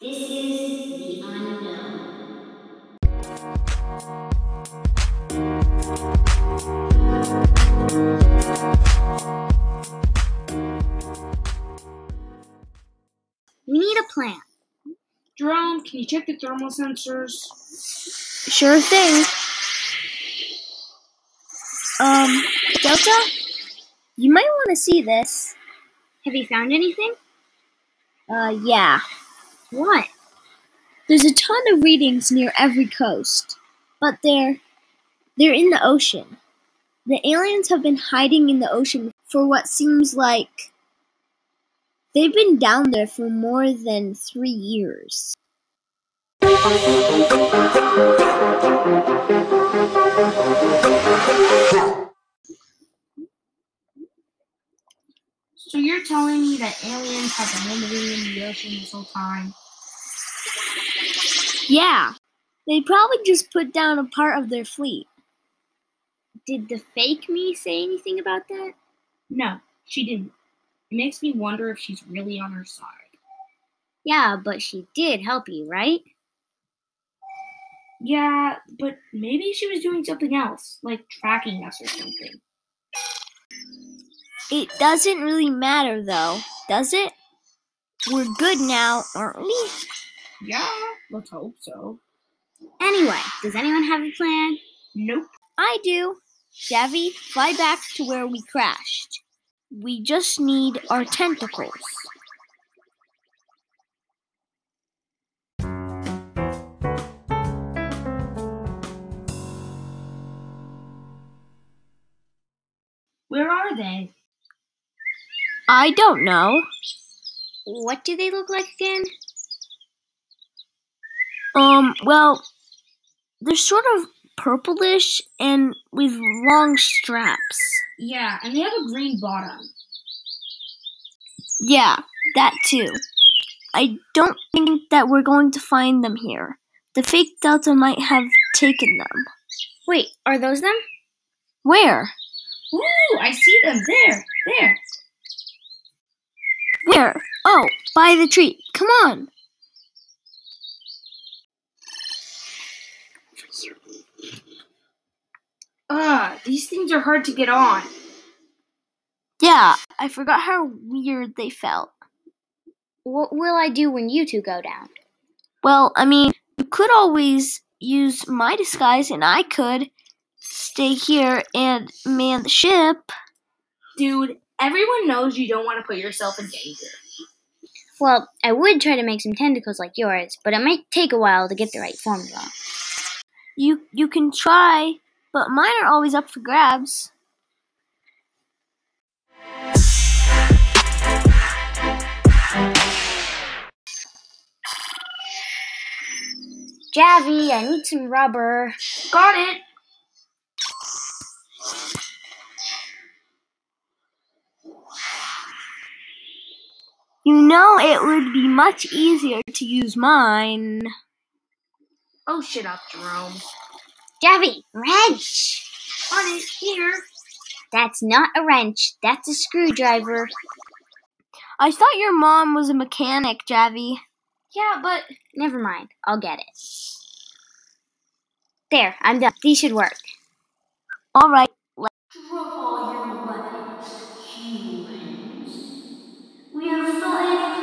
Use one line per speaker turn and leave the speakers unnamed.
This is The Unknown. We need a plan.
Jerome, can you check the thermal sensors?
Sure thing. Um, Delta? You might want to see this. Have you found anything? Uh, yeah. What? There's a ton of readings near every coast, but they're they're in the ocean. The aliens have been hiding in the ocean for what seems like they've been down there for more than 3 years.
So you're telling me that aliens have been living in the ocean this whole time?
Yeah. They probably just put down a part of their fleet. Did the fake me say anything about that?
No, she didn't. It makes me wonder if she's really on her side.
Yeah, but she did help you, right?
Yeah, but maybe she was doing something else, like tracking us or something.
It doesn't really matter, though, does it? We're good now, aren't we?
Yeah, let's hope so.
Anyway, does anyone have a plan?
Nope.
I do. Devi, fly back to where we crashed. We just need our tentacles.
Where are they?
I don't know. What do they look like again? Um, well, they're sort of purplish and with long straps.
Yeah, and they have a green bottom.
Yeah, that too. I don't think that we're going to find them here. The fake Delta might have taken them. Wait, are those them? Where?
Ooh, I see them. There, there.
Where? Oh, by the tree. Come on.
Ah, these things are hard to get on.
Yeah, I forgot how weird they felt.
What will I do when you two go down?
Well, I mean, you could always use my disguise, and I could stay here and man the ship.
Dude, everyone knows you don't want to put yourself in danger.
Well, I would try to make some tentacles like yours, but it might take a while to get the right formula.
You you can try, but mine are always up for grabs.
Javi, I need some rubber.
Got it.
You know it would be much easier to use mine.
Oh, shit up, Jerome.
Javi, wrench!
On it, here.
That's not a wrench, that's a screwdriver.
I thought your mom was a mechanic, Javi.
Yeah, but
Never mind, I'll get it. There, I'm done. These should work.
All right.
Draw your weapons, humans. We are five